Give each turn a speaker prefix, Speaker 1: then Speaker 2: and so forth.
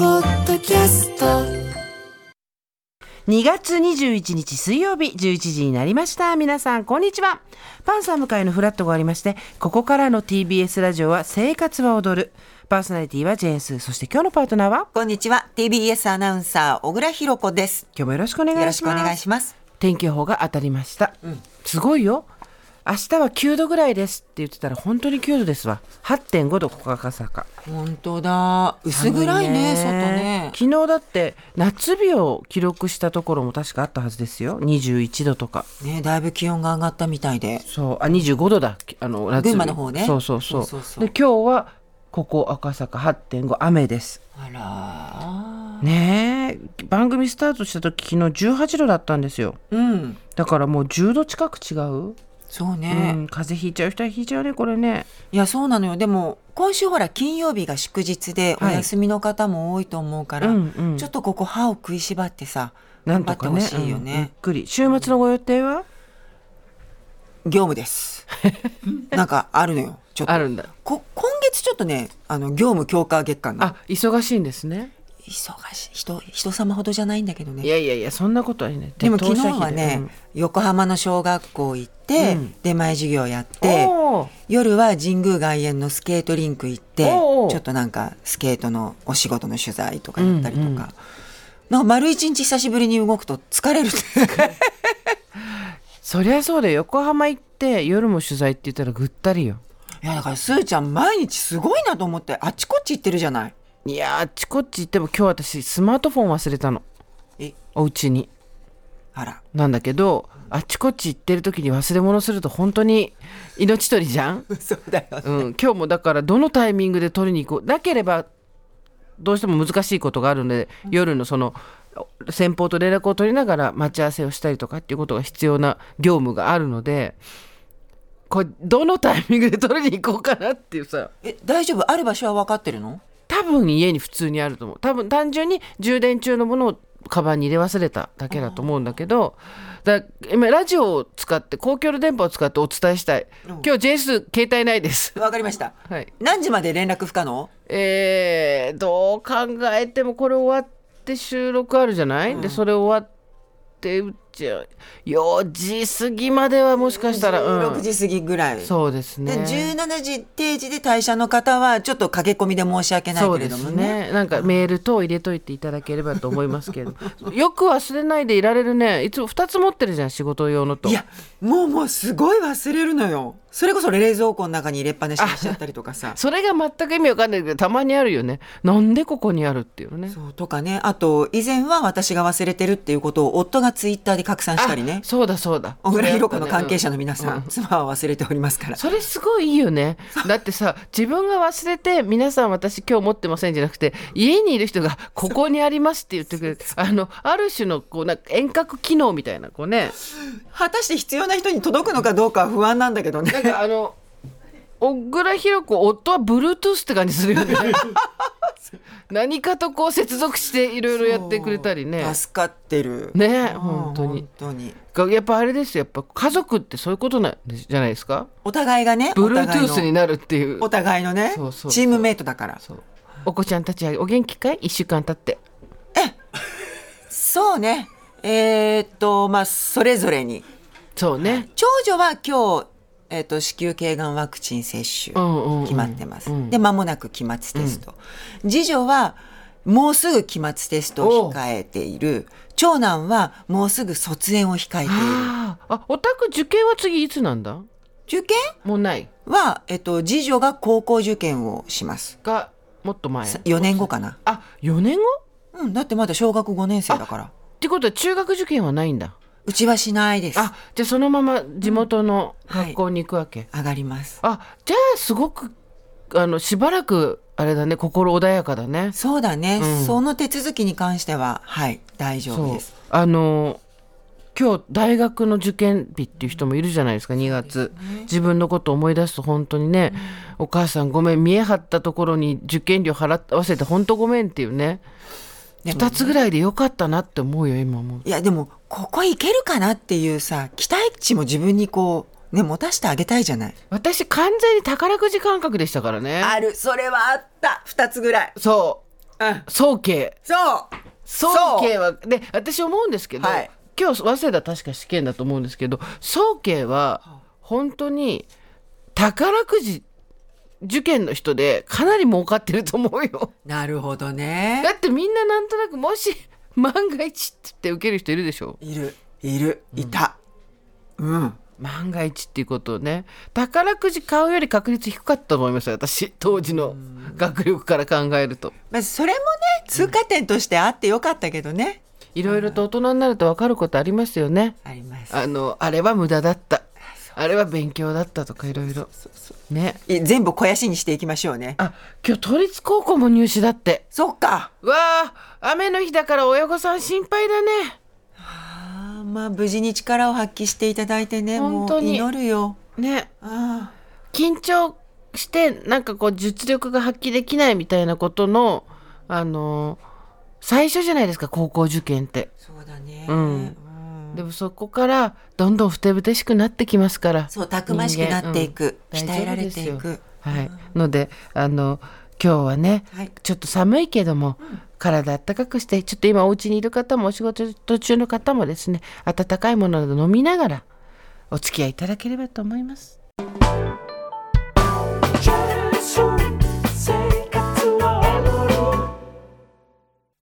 Speaker 1: キャスト
Speaker 2: 2月21日水曜日11時になりました。皆さん、こんにちは。パンサー向かいのフラットがありまして、ここからの TBS ラジオは生活は踊る。パーソナリティはジェーンス。そして今日のパートナーは
Speaker 3: こんにちは。TBS アナウンサー、小倉弘子です。
Speaker 2: 今日もよろしくお願
Speaker 3: よろ
Speaker 2: い
Speaker 3: し
Speaker 2: し
Speaker 3: くお
Speaker 2: ます。
Speaker 3: 願いします。
Speaker 2: 天気予報が当たりました。すごいよ。明日は9度ぐらいですって言ってたら本当に9度ですわ。8.5度、ここ赤坂。
Speaker 3: 本当だ。薄暗いね、外
Speaker 2: 寒
Speaker 3: ね。
Speaker 2: 昨日だって夏日を記録したところも確かあったはずですよ。21度とか。
Speaker 3: ね、だいぶ気温が上がったみたいで。
Speaker 2: そう、あ、25度だ。あの、夏日
Speaker 3: 群馬の方ね
Speaker 2: そうそうそう。
Speaker 3: そうそうそう
Speaker 2: で、今日は、ここ赤坂8.5雨です。
Speaker 3: あ
Speaker 2: ねえ、番組スタートした時、昨日18度だったんですよ。
Speaker 3: ら。うん。
Speaker 2: だからもう10度近く違う。
Speaker 3: そう
Speaker 2: う
Speaker 3: ね。
Speaker 2: ん、風邪ひいちゃう人はひいちゃうね、これね。
Speaker 3: いや、そうなのよ。でも、今週ほら、金曜日が祝日で、お
Speaker 2: はい
Speaker 3: 休みの方も多いと思うから、
Speaker 2: うんうん
Speaker 3: ちょっとここ歯を食いしばってさ、
Speaker 2: な
Speaker 3: 頑
Speaker 2: ん
Speaker 3: 張
Speaker 2: と
Speaker 3: って
Speaker 2: か
Speaker 3: ほ
Speaker 2: ね。
Speaker 3: しいよ
Speaker 2: うんゆっ
Speaker 3: ね。
Speaker 2: くり。週末のご予定は。
Speaker 3: 業務 です。なんかあるのよ。ちょっと。
Speaker 2: るんだ。
Speaker 3: こ今月ちょっとね、あの、業務強化月間が。
Speaker 2: あ、忙しいんですね。
Speaker 3: 忙しい人人様ほどじゃないんだけど
Speaker 2: い
Speaker 3: ね
Speaker 2: やいやいや、そんなことはいない。
Speaker 3: でも
Speaker 2: 当
Speaker 3: 昨
Speaker 2: 社
Speaker 3: 日
Speaker 2: 費
Speaker 3: はね、
Speaker 2: うん
Speaker 3: 横浜の小学校行って、
Speaker 2: うん
Speaker 3: 出前授業やって
Speaker 2: おー
Speaker 3: 夜は神宮外苑のスケートリンク行って
Speaker 2: おうおう
Speaker 3: ちょっとなんかスケートのお仕事の取材とかやったりとか、なんか丸一日久しぶりに動くと疲 れる
Speaker 2: そりゃそうだよ。横浜行って、夜も取材って言ったらぐったりよ。
Speaker 3: いやだからすーちゃん毎日すごいなと思ってあっちこっち行ってるじゃない
Speaker 2: いやーあっちこっち行っても今日私スマートフォン忘れたの
Speaker 3: え
Speaker 2: お家に
Speaker 3: あら
Speaker 2: なんだけどあっちこっち行ってる時に忘れ物すると本当に命取りじゃん、
Speaker 3: そうだよ
Speaker 2: うん、今日もだからどのタイミングで取りに行こうなければどうしても難しいことがあるので夜のその先方と連絡を取りながら待ち合わせをしたりとかっていうことが必要な業務があるのでこれどのタイミングで取りに行こうかなっていうさ
Speaker 3: え大丈夫ある場所は分かってるの
Speaker 2: 多分家に普通にあると思う多分単純に充電中のものをカバンに入れ忘れただけだと思うんだけどだ今ラジオを使って公共の電波を使ってお伝えしたい
Speaker 3: うん
Speaker 2: 今日 JS 携帯な いです、
Speaker 3: 分かりました
Speaker 2: はい、
Speaker 3: 何時まで連絡不可能
Speaker 2: えー、どう考えてもこれ終わって収録あるじゃない、でそれ終わってうちは4時過ぎまではもしかしたら、うん
Speaker 3: 16時過ぎぐらい
Speaker 2: そうですね
Speaker 3: で17時定時で退社の方はちょっと駆け込みで申し訳ない
Speaker 2: そ
Speaker 3: け
Speaker 2: う
Speaker 3: れ
Speaker 2: で
Speaker 3: ども
Speaker 2: す
Speaker 3: ね
Speaker 2: ね。なんかメール等入れといていただければと思いますけれど も、よく忘れないでいられるね。いつも二つ持ってるじゃん、仕事用のと。
Speaker 3: いやもうもうすごい忘れるのよそれこそ冷蔵庫の中に入れっぱなしにしちゃったりとか さ
Speaker 2: それが全く意味わかんないけど、たまにあるよね。なんでここにあるっていうのね。
Speaker 3: そうとかねあと以前は私が忘れてるっていうことを夫がツイッターで拡散したりね
Speaker 2: あそうだそうだ。
Speaker 3: 小倉弘子の関係者
Speaker 2: の。
Speaker 3: の皆さん、妻は忘れておりますから
Speaker 2: それすごいいいよね。だってさ、自分が忘れて、皆さん私今日持ってませんじゃなくて、家にいる人がここにありますって言ってくれる、あの、ある種のこう、なんか遠隔機能みたいな、こうね。
Speaker 3: 果たして必要な人に届くのかどうかは不安なんだけどね
Speaker 2: なんかあの小倉弘子夫は Bluetooth って感じする よね何かとこう接続していろいろやってくれたりね
Speaker 3: 助かってる
Speaker 2: ね
Speaker 3: うん
Speaker 2: 本当に
Speaker 3: 本当に
Speaker 2: やっぱあれですよやっぱ家族ってそういうことなんでじゃないですか
Speaker 3: お互いがねお互いの
Speaker 2: Bluetooth になるっていう
Speaker 3: お互いのね
Speaker 2: そうそうそう
Speaker 3: チームメイトだから
Speaker 2: そうお子ちゃんたちはお元気かい1週間経って
Speaker 3: そうねえーっとまあそれぞれに
Speaker 2: そうね
Speaker 3: 長女は今日、えーっと子宮頸がんワクチン接種
Speaker 2: うんうんうん
Speaker 3: 決まってます、
Speaker 2: うん
Speaker 3: で間もなく期末テスト、次女はもうすぐ期末テストを控えている長男はもうすぐ卒園を控えている
Speaker 2: あーあお宅受験は次いつなんだ
Speaker 3: 受験
Speaker 2: もうない
Speaker 3: は、えっと、次女が高校受験をします
Speaker 2: がもっと前
Speaker 3: 4年後かな
Speaker 2: あ4年後
Speaker 3: うんだってまだ小学5年生だから
Speaker 2: ってことは中学受験はないんだ
Speaker 3: うちはしないです
Speaker 2: あじゃあそのまま地元の
Speaker 3: うんはい
Speaker 2: 学校に行くわけ、
Speaker 3: 上がります
Speaker 2: あじゃあすごくあのしばらくあれだね心穏やかだね
Speaker 3: そうだね、
Speaker 2: うん
Speaker 3: その手続きに関しては、はい、大丈夫です。
Speaker 2: あの今日大学の受験日っていう人もいるじゃないですか2月、自分のこと思い出すと本当にね、お母さんごめん見え張ったところに受験料払わせて本当ごめんっていうね
Speaker 3: でも
Speaker 2: 2つぐらいでよかったなって思うよ今も
Speaker 3: いや、でも、ここ行けるかなっていうさ、期待値も自分にこう、ね、持たせてあげたいじゃない。
Speaker 2: 私完全に宝くじ感覚でしたからね
Speaker 3: る、それはあった、二つぐらい。
Speaker 2: そ
Speaker 3: うん
Speaker 2: 宗慶
Speaker 3: そう
Speaker 2: 宗慶はで私思うんですけど、
Speaker 3: はい
Speaker 2: 今日早稲田確か試験だと思うんですけど宗慶は本当に宝くじ受験の人でかなり儲かってると思うよ。
Speaker 3: なるほど
Speaker 2: だ
Speaker 3: ね
Speaker 2: ってみんななんとなくもし万が一って言って受ける人いるでしょ
Speaker 3: いるいるいたうん
Speaker 2: 万が一っていうことをね宝くじ買うより確率低かったと思いますよ私当時の学力から考えると
Speaker 3: まあ、それもね通過点としてあってよかったけどね、
Speaker 2: いろいろと大人になると分かることありますよね
Speaker 3: あります
Speaker 2: あのあれは無駄だったあれは勉強だったとかいろいろね
Speaker 3: い全部肥やしにしていきましょうね
Speaker 2: あ今日都立高校も入試だって
Speaker 3: そっか
Speaker 2: わあ雨の日だから親御さん心配だね
Speaker 3: あーまあ無事に力を発揮していただいてねも
Speaker 2: 本当
Speaker 3: う
Speaker 2: に
Speaker 3: 祈るよ
Speaker 2: ね
Speaker 3: あ
Speaker 2: 緊張してなんかこう実力が発揮できないみたいなことのあのー最初じゃないですか高校受験って
Speaker 3: ーそうだね、
Speaker 2: うんでもそこからどんどんふてぶてしくなってきますから
Speaker 3: そうたくましくなっていく、
Speaker 2: 人間うん
Speaker 3: 鍛えられてい
Speaker 2: 大丈夫です
Speaker 3: く
Speaker 2: はいのであの今日はね、
Speaker 3: はい
Speaker 2: ちょっと寒いけども、体あったかくしてちょっと今お家にいる方もお仕事途中の方もですね温かいものなど飲みながらお付き合いいただければと思います。